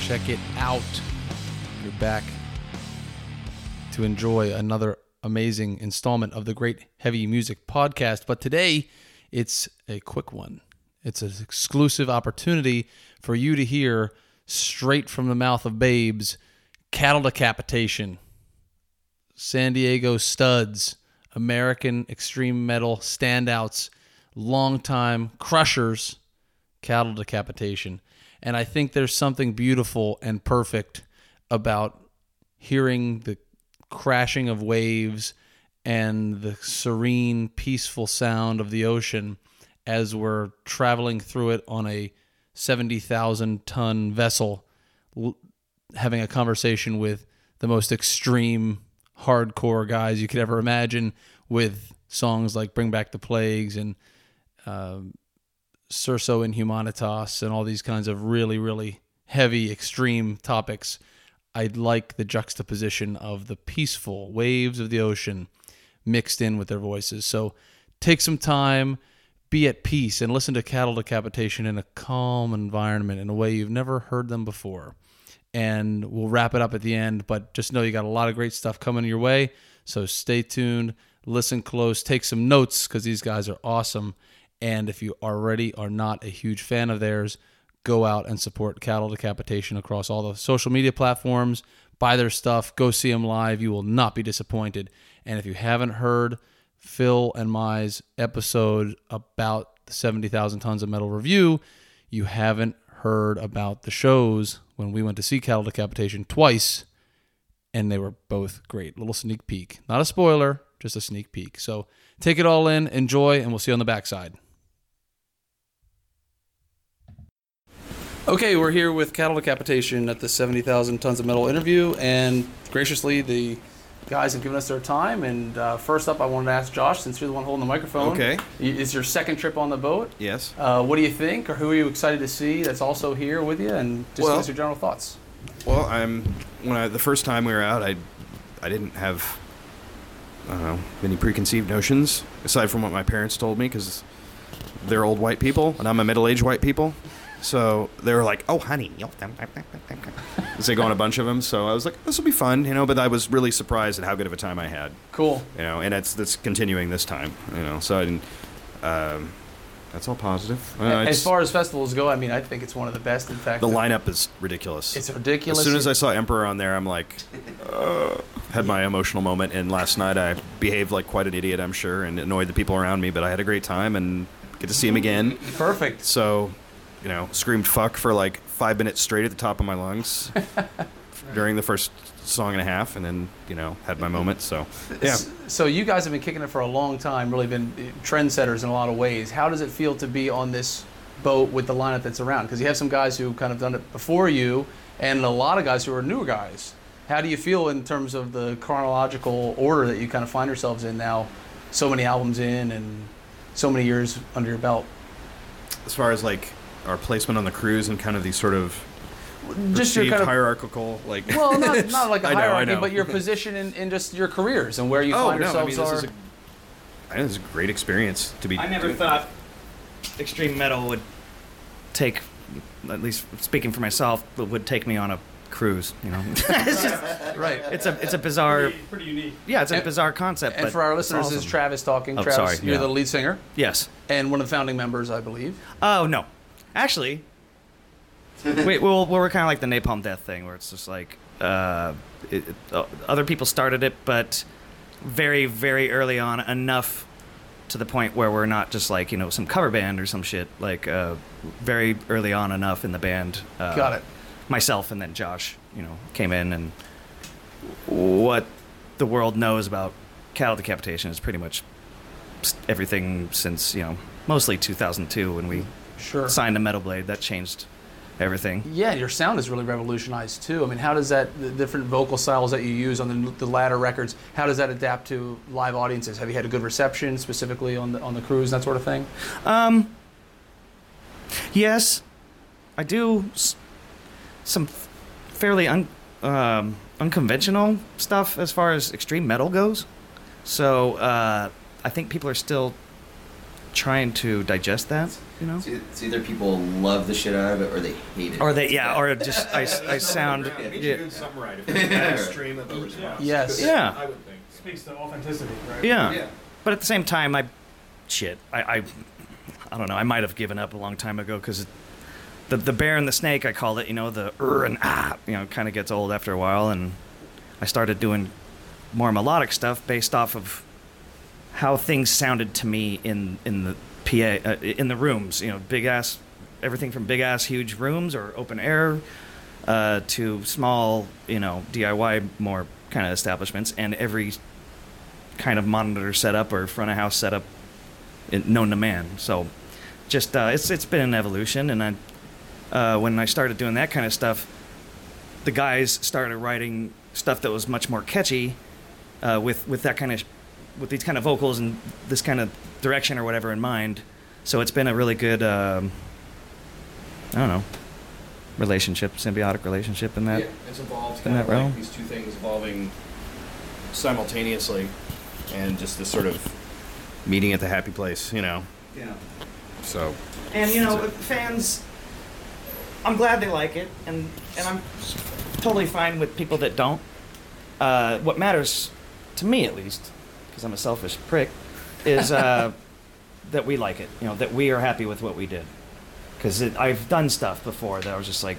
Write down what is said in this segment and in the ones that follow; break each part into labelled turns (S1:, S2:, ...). S1: Check it out. You're back to enjoy another amazing installment of the Great Heavy Music Podcast. But today, it's a quick one. It's an exclusive opportunity for you to hear straight from the mouth of babes cattle decapitation. San Diego studs, American extreme metal standouts, longtime crushers, cattle decapitation. And I think there's something beautiful and perfect about hearing the crashing of waves and the serene, peaceful sound of the ocean as we're traveling through it on a 70,000 ton vessel, l- having a conversation with the most extreme hardcore guys you could ever imagine with songs like Bring Back the Plagues and um Cerso and Humanitas and all these kinds of really, really heavy, extreme topics. I like the juxtaposition of the peaceful waves of the ocean mixed in with their voices. So take some time, be at peace, and listen to cattle decapitation in a calm environment in a way you've never heard them before and we'll wrap it up at the end. But just know you got a lot of great stuff coming your way. So stay tuned, listen close, take some notes because these guys are awesome. And if you already are not a huge fan of theirs, go out and support Cattle Decapitation across all the social media platforms. Buy their stuff, go see them live. You will not be disappointed. And if you haven't heard Phil and Mai's episode about the 70,000 tons of metal review, you haven't heard about the shows when we went to see Cattle Decapitation twice, and they were both great. Little sneak peek. Not a spoiler, just a sneak peek. So take it all in, enjoy, and we'll see you on the backside. Okay, we're here with Cattle Decapitation at the 70,000 Tons of Metal interview, and graciously, the guys have given us their time. And uh, first up, I wanted to ask Josh, since you're the one holding the microphone.
S2: Okay.
S1: i- It's your second trip on the boat.
S2: Yes.
S1: Uh, what do you think, or who are you excited to see that's also here with you? And just
S2: Well-
S1: give us your general thoughts.
S2: Well, I'm when I the first time we were out, I I didn't have I don't know any preconceived notions aside from what my parents told me because they're old white people and I'm a middle-aged white people. So they were like, "Oh, honey," yup, um, um, um, um, um," as they go on a bunch of them. So I was like, "This will be fun," you know. But I was really surprised at how good of a time I had,
S1: Cool.
S2: you know. And it's that's continuing this time, you know. So I didn't. Um, that's all positive. I don't know,
S1: As
S2: it's-
S1: far as festivals go, I mean, I think it's one of the best. In fact,
S2: the lineup is ridiculous.
S1: It's ridiculous.
S2: As soon as I saw Emperor on there, I'm like, uh, had my emotional moment. And last night, I behaved like quite an idiot, I'm sure, and annoyed the people around me. But I had a great time and get to see him again.
S1: perfect.
S2: So, you know, screamed fuck for like five minutes straight at the top of my lungs during the first song and a half, and then you know had my moment. So, yeah.
S1: S- So you guys have been kicking it for a long time, really been uh, trendsetters in a lot of ways. How does it feel to be on this boat with the lineup that's around? Because you have some guys who kind of done it before you, and a lot of guys who are newer guys. How do you feel in terms of the chronological order that you kind of find yourselves in now? So many albums in and so many years under your belt.
S2: As far as like our placement on the cruise and kind of these sort of
S1: Just your
S2: perceived
S1: kind of
S2: hierarchical, like
S1: Well, not, not like a
S2: I know, I
S1: hierarchy,
S2: know.
S1: but your position in, in just your careers and where you
S2: oh
S1: find
S2: no, I mean
S1: yourselves
S2: this is
S1: are.
S2: a, I know, this is a great experience to be.
S3: I never
S2: doing.
S3: thought extreme metal would take, at least speaking for myself, but would take me on a cruise. You know, it's just
S1: right.
S3: it's a it's a bizarre,
S4: pretty unique.
S3: yeah, it's a
S1: And-
S3: bizarre concept.
S1: and
S3: but
S1: for our
S3: it's
S1: listeners, this is
S3: awesome.
S1: Travis talking.
S3: Oh,
S1: Travis,
S3: sorry,
S1: you're
S3: yeah.
S1: the lead singer
S3: yes.
S1: and one of the founding members, I believe.
S3: Oh no, actually, wait. Well, we're kind of like the Napalm Death thing, where it's just like uh, it, it- uh, other people started it, but very, very early on, enough to the point where we're not just like you know some cover band or some shit. Like uh, very early on, enough in the band. Uh,
S1: Got it.
S3: Myself and then Josh, you know, came in and what the world knows about cattle decapitation is pretty much everything since you know mostly 2002 when we
S1: Sure.
S3: signed to Metal Blade. That changed everything.
S1: Yeah, your sound is really revolutionized too. I mean, how does that the different vocal styles that you use on the, the latter records? How does that adapt to live audiences? Have you had a good reception specifically on the on the cruise and that sort of thing?
S3: Um, yes, I do s- some f- fairly un- um, unconventional stuff as far as extreme metal goes. So uh, I think people are still trying to digest that, you know?
S5: It's e- it's either people love the shit out of it or they hate it.
S3: Or they, yeah, or just I, I sound. Yeah,
S5: stream
S6: Yes.
S3: yeah,
S7: I would think. Speaks to authenticity, right?
S3: yeah. But at the same time, I, shit, I, I, I don't know. I might have given up a long time ago because the the bear and the snake, I call it, you know, the er and ah, you know, kind of gets old after a while, and I started doing more melodic stuff based off of how things sounded to me in in the PA uh, in the rooms. You know, big ass, everything from big ass huge rooms or open air uh, to small, you know, DIY more kind of establishments, and every kind of monitor setup or front of house setup in- known to man. So, just uh, it's it's been an evolution, and I uh, when I started doing that kind of stuff, the guys started writing stuff that was much more catchy, uh, with with that kind of with these kind of vocals and this kind of direction or whatever in mind. So it's been a really good, um, I don't know, relationship, symbiotic relationship in that.
S2: Yeah, it's evolved
S3: in
S2: kind of
S3: that realm.
S2: like these two things evolving simultaneously, and just this sort of meeting at the happy place, you know.
S3: yeah.
S2: So
S3: And you know, fans, I'm glad they like it, and and I'm totally fine with people that don't. Uh, what matters, to me at least, because I'm a selfish prick, is uh, that we like it. You know, that we are happy with what we did. Because I've done stuff before that I was just like,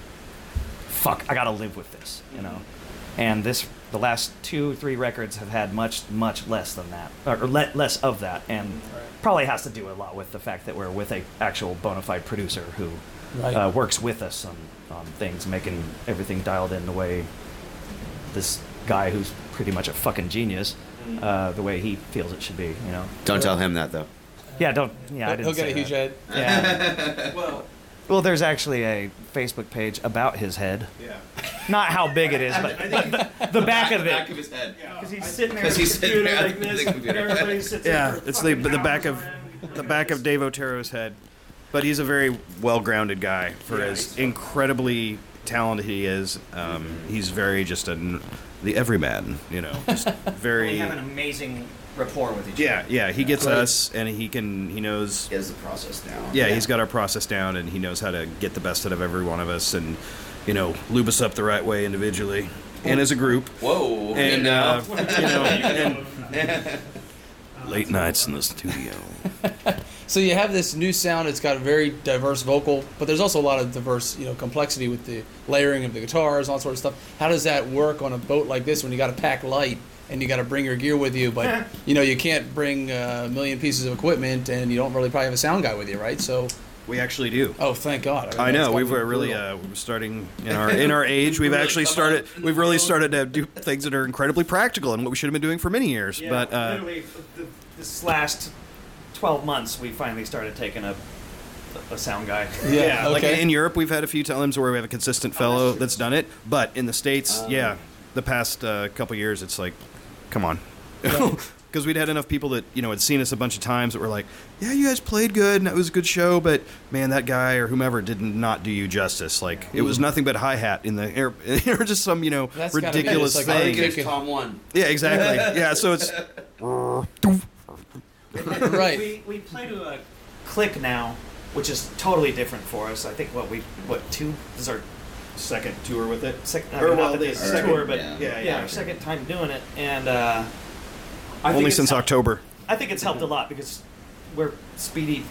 S3: fuck, I gotta live with this. You know, and this the last two three records have had much much less than that, or, or le- less of that, and probably has to do a lot with the fact that we're with a actual bona fide producer who
S6: Right.
S3: uh, works with us on, on things, making everything dialed in the way this guy who's pretty much a fucking genius, uh, the way he feels it should be, you know.
S5: Don't tell him that though.
S3: Yeah, don't. Yeah, I didn't
S6: He'll get
S3: say
S6: a huge
S3: that.
S6: head.
S3: Yeah.
S7: Well,
S3: well, there's actually a Facebook page about his head.
S7: yeah.
S3: Not how big it is, but, but the back of
S5: Back
S3: it.
S5: of his head.
S3: Because he's sitting there.
S5: 'Cause he's sitting there on the computer.
S2: yeah, it's the the back of the back of Dave Otero's head, but he's a very well-grounded guy for as incredibly talented he is. Um, he's very just a the everyman, you know, just very.
S3: amazing rapport with each
S2: Yeah, yeah, he gets
S6: Right.
S2: us, and he can he knows
S5: He has the process down.
S2: yeah, he's got our process down, and he knows how to get the best out of every one of us, and you know, lube us up the right way individually and as a group.
S5: Whoa.
S2: And
S5: you
S2: uh,
S5: know.
S2: you know, and late nights in the studio.
S6: So you have this new sound. It's got a very diverse vocal, but there's also a lot of diverse, you know, complexity with the layering of the guitars, all sort of stuff. How does that work on a boat like this when you got to pack light and you got to bring your gear with you, but you know you can't bring uh, a million pieces of equipment and you don't really probably have a sound guy with you, right? So,
S2: We actually do.
S6: oh, thank God. mean,
S2: I
S6: that's
S2: know
S6: gotta
S2: we've
S6: be
S2: uh, really
S6: brutal.
S2: uh, we're starting in our in our age. We've
S5: Really
S2: actually
S5: come
S2: started.
S5: out in the
S2: We've really
S5: world.
S2: started to do things that are incredibly practical and what we should have been doing for many years. But uh,
S3: literally, th- this last 12 months, we finally started taking a, a sound guy.
S6: yeah,
S2: Yeah,
S6: okay.
S2: like in Europe, we've had a few times where we have a consistent
S6: Oh,
S2: fellow that's done it, but in the states, yeah, the past uh, couple years, it's like, come on, because we'd had enough people that you know had seen us a bunch of times that were like, yeah, you guys played good and it was a good show, but man, that guy or whomever did not do you justice. Like it was nothing but hi hat in the air, or just some you know
S6: That's gotta be
S2: ridiculous
S6: just like-
S5: I
S2: thing.
S5: think it's Tom one.
S2: yeah, exactly. yeah, so it's uh,
S6: right.
S3: We, we play to a click now, which is totally different for us. I think what we what two this is our
S2: second tour with it.
S3: second
S2: Or,
S3: I mean,
S2: well,
S3: not that
S2: the
S3: this is
S5: second-
S3: tour, but
S5: yeah.
S3: yeah,
S2: Yeah,
S3: yeah,
S2: yeah,
S3: our
S2: sure.
S3: second time doing it, and uh, I think
S2: Only
S3: it's
S2: since
S3: hel-
S2: October.
S3: I think it's helped a lot because we're speedy,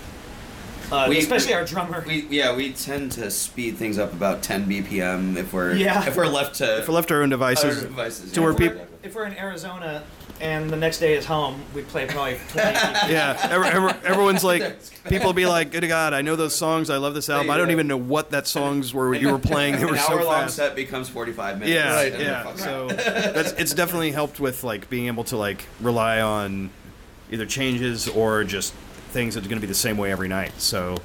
S3: uh,
S5: We-
S3: especially
S5: we-
S3: our drummer.
S5: We yeah we tend to speed things up about 10 BPM if we're
S3: Yeah.
S5: if we're left to
S2: If we're left to our own
S5: other
S2: devices,
S5: devices
S2: to
S5: yeah,
S2: where
S3: if,
S2: people-
S3: we're, if we're in Arizona and the next day is home, we play probably twenty.
S2: Yeah, ever, ever, everyone's like, people be like, "Good God, I know those songs. I love this album. I don't even know what that songs were you were playing. They
S5: an
S2: were so
S5: hour long
S2: fast."
S5: set becomes 45 minutes
S2: Yeah,
S5: and then
S2: yeah.
S5: fuck
S2: So that's it's definitely helped with like being able to like rely on either changes or just things that's going to be the same way every night. So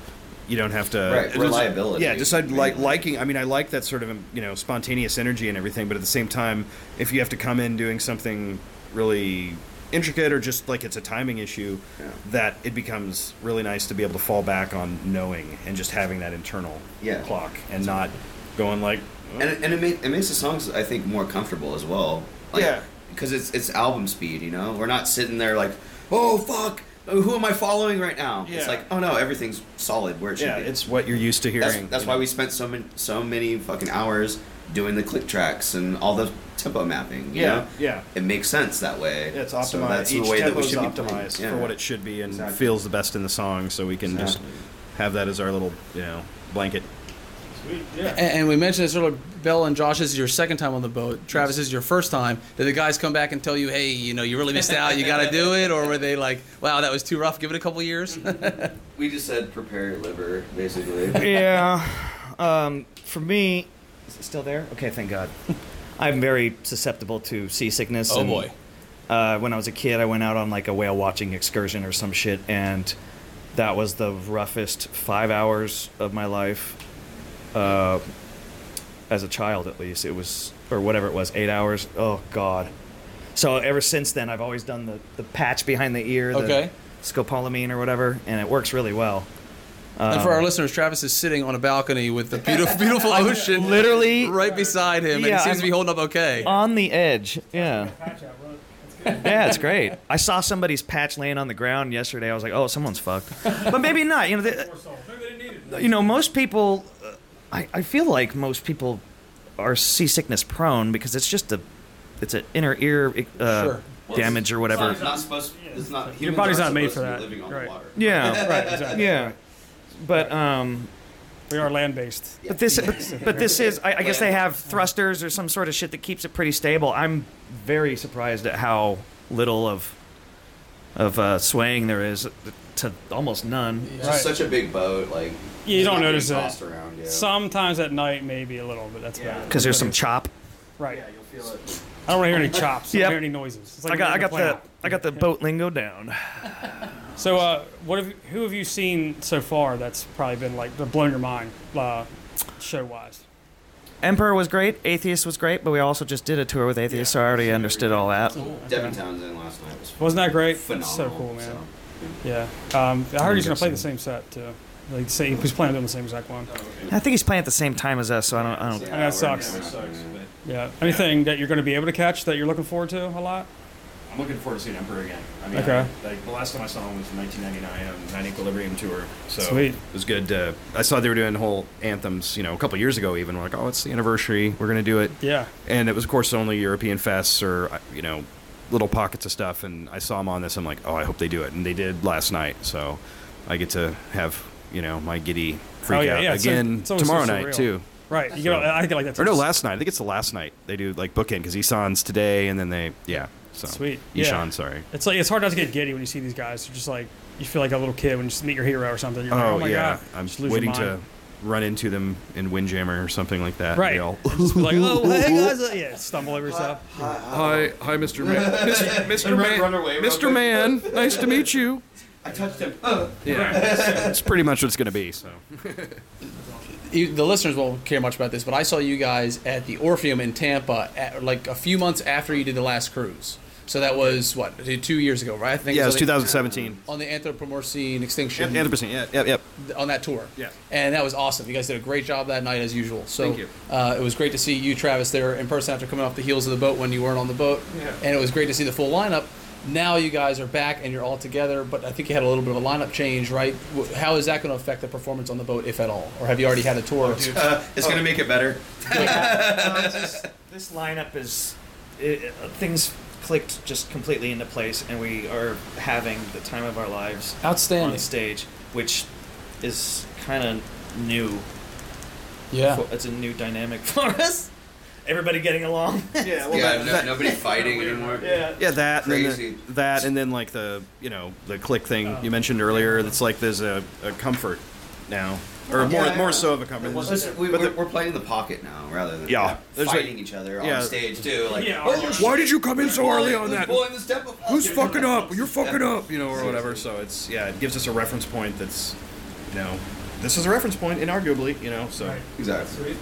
S2: you don't have to
S5: Right,
S2: it was-
S5: reliability.
S2: Yeah, just I like
S5: Mainly.
S2: liking. I mean, I like that sort of um, you know spontaneous energy and everything. But at the same time, if you have to come in doing something really intricate or just like it's a timing issue,
S5: Yeah.
S2: that it becomes really nice to be able to fall back on knowing and just having that internal
S5: Yeah.
S2: clock and not going like "Oh,
S5: and, it- and it, make, it makes the songs I think more comfortable as well.
S2: Yeah.
S5: Because it's it's album speed, you know. We're not sitting there like, oh fuck, who am I following right now? It's
S2: Yeah.
S5: like, oh no, everything's solid where it should
S2: yeah,
S5: be.
S2: it's what you're used to
S5: that's,
S2: hearing.
S5: that's
S2: you
S5: why
S2: know.
S5: we spent so many, so many fucking hours doing the click tracks and all the tempo mapping. you
S2: Yeah,
S5: know?
S2: yeah.
S5: It makes sense that way.
S2: Yeah, it's
S5: So
S2: optimized.
S5: that's
S2: Each
S5: the way that we
S2: tempo's
S5: should be playing.
S2: optimized
S5: Yeah.
S2: for what it should be and
S5: Exactly.
S2: feels the best in the song, so we can
S5: Exactly.
S2: just have that as our little, you know, blanket.
S7: Sweet, yeah.
S6: And, and we mentioned this earlier. Bell and Josh this is your second time on the boat. Travis this is your first time. Did the guys come back and tell you, hey, you know, you really missed out. You got to do it, or were they like, wow, that was too rough. Give it a couple years.
S5: We just said prepare your liver, basically.
S3: yeah. Um, for me, is it still there? Okay, thank God. I'm very susceptible to seasickness.
S6: Oh,
S3: and,
S6: boy.
S3: Uh, when I was a kid, I went out on like a whale watching excursion or some shit, and that was the roughest five hours of my life. Uh, as a child, at least it was, or whatever it was, eight hours. Oh God. So ever since then, I've always done the, the patch behind the ear, the
S6: Okay.
S3: scopolamine or whatever, and it works really well.
S6: and for our listeners, Travis is sitting on a balcony with the beautiful, beautiful ocean,
S3: Literally
S6: right beside him, and he
S3: Yeah,
S6: seems
S3: I'm-
S6: to be holding up okay.
S3: on the edge. Yeah.
S7: Patch out, look. That's good.
S3: Yeah, it's great. I saw somebody's patch laying on the ground yesterday. I was like, "Oh, someone's fucked," but maybe not. You know, they,
S7: More soul. Maybe they needed it.
S3: you know, most people. uh, I, I feel like most people are seasickness prone because it's just a, it's an inner ear uh,
S6: Sure.
S3: damage or whatever.
S5: It's not supposed. It's not.
S7: Your
S5: humans
S7: body's
S5: aren't
S7: not made
S5: supposed to
S7: for
S5: be Living
S7: that,
S5: on
S7: right.
S5: the water.
S3: Yeah,
S7: Right, exactly.
S3: yeah. But um,
S7: We are land based.
S3: but this but, but this is I, I guess they have thrusters or some sort of shit that keeps it pretty stable. I'm very surprised at how little of of uh, swaying there is to almost none.
S5: It's just
S7: Right.
S5: such a big boat, like
S7: You
S5: it's
S7: don't
S5: not being
S7: notice it.
S5: tossed Around, yeah.
S7: Sometimes at night, maybe a little, but that's
S5: Yeah.
S7: about it.
S3: Because there's some chop.
S7: Right.
S5: Yeah, you'll feel it.
S7: I don't want to hear any chops. I
S3: Yep.
S7: don't hear any noises. It's like
S3: I got I
S7: we're
S3: got
S7: playing
S3: the I got the boat lingo down.
S7: out. So, uh, what have who have you seen so far that's probably been like blown your mind, uh, show wise?
S3: Emperor was great. Atheist was great. But we also just did a tour with Atheist, so I already understood all that.
S5: Devin Townsend last night was
S7: Wasn't that great?
S5: phenomenal.
S7: That's so cool, man.
S5: so.
S7: Yeah. Um, I heard he's gonna play the
S3: Interesting.
S7: same set too. Like, say he was planning on doing the same exact one.
S3: I think he's playing at the same time as us, so I don't. I don't.
S5: Yeah,
S7: that
S5: we're-
S7: sucks.
S5: we're
S7: It
S5: not gonna-
S7: Yeah. Anything that you're gonna be able to catch that you're looking forward to a lot?
S8: I'm looking forward to seeing Emperor again. I mean,
S7: Okay.
S8: like the last time I saw him was in 1999 on Nine Equilibrium tour. So
S7: Sweet.
S2: It was good. Uh, I saw they were doing whole anthems, you know, a couple years ago even. We're like, oh, it's the anniversary. We're going to do it.
S7: Yeah.
S2: And it was, of course, only European fests or, uh, you know, little pockets of stuff. And I saw them on this. I'm like, oh, I hope they do it. And they did last night. So I get to have, you know, my giddy freak
S7: Oh, yeah,
S2: out
S7: yeah, it's so-
S2: again
S7: it's always so
S2: tomorrow night,
S7: surreal.
S2: too.
S7: Right. You get, I get like that.
S2: Or no,
S7: too.
S2: last night. I think it's the last night. They do like bookend because Isan's today and then they, yeah. So
S7: Sweet.
S2: Ishan,
S7: Yeah.
S2: sorry.
S7: It's like it's hard not to get giddy when you see these guys. You're just like you feel like a little kid when you just meet your hero or something. You're like,
S2: Oh,
S7: oh my
S2: yeah.
S7: god,
S2: I'm
S7: Just lose your
S2: waiting to
S7: mind.
S2: run into them in Windjammer or something like that. and
S7: Right.
S2: they all-
S7: Just be like oh hey guys, uh," yeah, stumble over yourself.
S2: Hi, hi, Mr. Man. Mr. Mr.
S5: Everybody run away real quick.
S2: Man, nice to meet you.
S5: I touched him. Oh.
S2: That's pretty much what it's gonna be. So
S6: you, the listeners won't care much about this, but I saw you guys at the Orpheum in Tampa, at, like a few months after you did the last cruise. So that was what two years ago, right? I think
S2: yeah, it was
S6: on the-
S2: 2017.
S6: on the Anthropomorphine Extinction
S2: Hundred percent. Yeah, yep, yep.
S6: on that tour.
S2: Yeah.
S6: And that was awesome. You guys did a great job that night as usual. So
S2: Thank you.
S6: Uh, it was great to see you, Travis, there in person after coming off the heels of the boat when you weren't on the boat.
S8: Yeah.
S6: And it was great to see the full lineup. Now you guys are back and you're all together, but I think you had a little bit of a lineup change, right? W- How is that going to affect the performance on the boat, if at all? Or have you already had a
S2: Oh,
S6: tour?
S5: Uh, it's gonna make it better.
S3: this lineup is it, uh, things clicked just completely into place, and we are having the time of our lives
S6: Outstanding.
S3: on stage, which is kind of new.
S6: Yeah.
S3: For, it's a new dynamic for us. Everybody getting along.
S8: yeah, well,
S5: yeah,
S8: that,
S5: no,
S8: that-
S5: nobody fighting anymore.
S8: yeah.
S2: Yeah, that and then the-
S5: Crazy.
S2: that and then like the you know the click thing you mentioned earlier. That's like there's a, a comfort now, or more
S5: yeah.
S2: more so of a comfort.
S5: Listen, we,
S2: But
S5: we're,
S2: the-
S5: we're playing the pocket now rather than
S2: Yeah.
S5: uh,
S2: There's like-
S5: fighting each other on
S2: yeah.
S5: stage too. Like,
S7: Yeah,
S5: "Oh, you're
S7: arguing.
S2: Why did you come in so early
S5: pulling-
S2: on
S5: you're
S2: that?
S5: pulling the step up.
S2: Who's
S5: You're-
S2: fucking up? You're fucking up, you know, or whatever. So it's yeah, it gives us a reference point. That's you know, this is a reference point, inarguably, you know. So
S5: Exactly.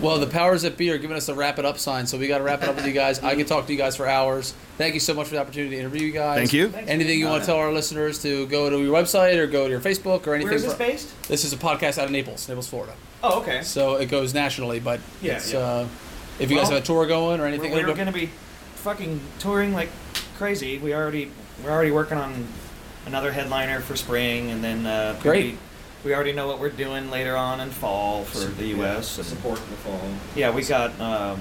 S6: Well, the powers that be are giving us a wrap it up sign, so we got to wrap it up with you guys. I can talk to you guys for hours. Thank you so much for the opportunity to interview you guys.
S2: Thank you.
S6: Anything you want to tell our listeners to go to your website or go to your Facebook or anything? for-
S3: based?
S6: This is a podcast out of Naples, Naples, Florida.
S3: Oh, okay.
S6: So it goes nationally, but
S3: Yeah,
S6: it's,
S3: yeah.
S6: Uh, if you guys
S3: Well,
S6: have a tour going or anything,
S3: We're, we're
S6: it'll be-
S3: gonna be fucking touring like crazy. We already we're already working on another headliner for spring, and then uh,
S6: Great.
S3: We, we already know what we're doing later on in fall for the U.S. and-
S8: Support in the fall.
S3: yeah, we got um,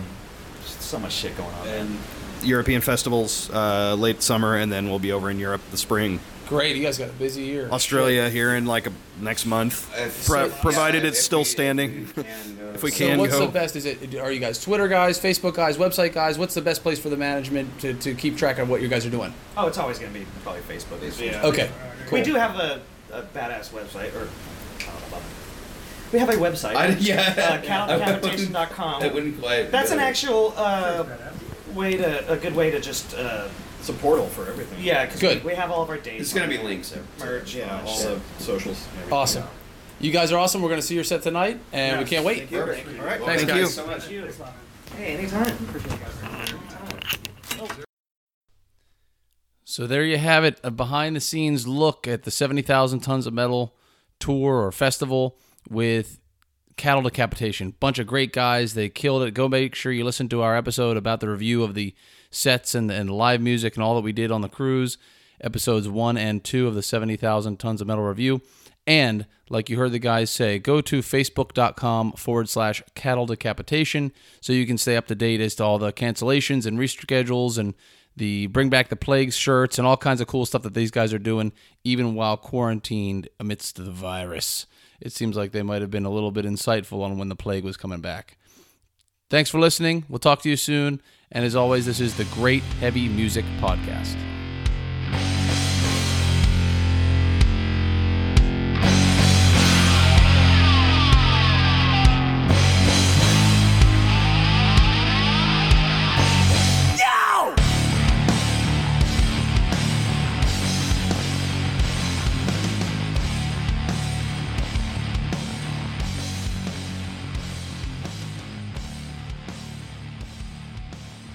S3: so much shit going on.
S8: And
S2: European festivals uh, late summer, and then we'll be over in Europe the spring.
S6: Great, you guys got a busy year.
S2: Australia here in like a, next month,
S8: Uh,
S5: If-
S2: pro-
S5: yeah,
S2: provided
S5: if
S2: it's
S5: we- uh,
S2: still
S5: if we
S2: standing.
S5: can go to
S2: If we
S5: some-
S6: So
S2: can
S6: what's
S2: go.
S6: the best? Is it are you guys Twitter guys, Facebook guys, website guys? What's the best place for the management to, to keep track of what you guys are doing?
S3: Oh, it's always gonna be probably Facebook.
S8: yeah.
S6: Okay, cool.
S3: We do have a, a badass website, or I don't know about we have a website.
S5: I- yeah.
S3: uh,
S5: I wouldn't- I
S3: countdownrotation.com.
S5: wouldn't quite.
S3: That's an
S5: go-
S3: actual uh, way to a good way to just uh,
S8: It's a portal for everything.
S3: yeah, because
S6: Good.
S3: we, we have all of our dates.
S5: It's gonna
S3: on
S5: be
S3: there.
S5: links.
S3: merch.
S8: Yeah,
S3: on
S8: all
S3: shit.
S8: the socials. and everything.
S6: Awesome. You guys are awesome. We're gonna see your set tonight, and we can't wait.
S5: Perfect. All right.
S6: Thanks,
S5: Thank you
S6: guys.
S5: so much.
S3: Hey, anytime.
S6: So there you have it, a behind the scenes look at the 70,000 tons of metal tour or festival with cattle decapitation. Bunch of great guys. They killed it. Go make sure you listen to our episode about the review of the sets and, and live music and all that we did on the cruise, episodes one and two of the 70,000 tons of metal review. And like you heard the guys say, go to facebook.com forward slash cattle decapitation so you can stay up to date as to all the cancellations and reschedules and the bring back the plague shirts and all kinds of cool stuff that these guys are doing, even while quarantined amidst the virus. It seems like they might have been a little bit insightful on when the plague was coming back. Thanks for listening. We'll talk to you soon. And as always, this is the Great Heavy Music Podcast.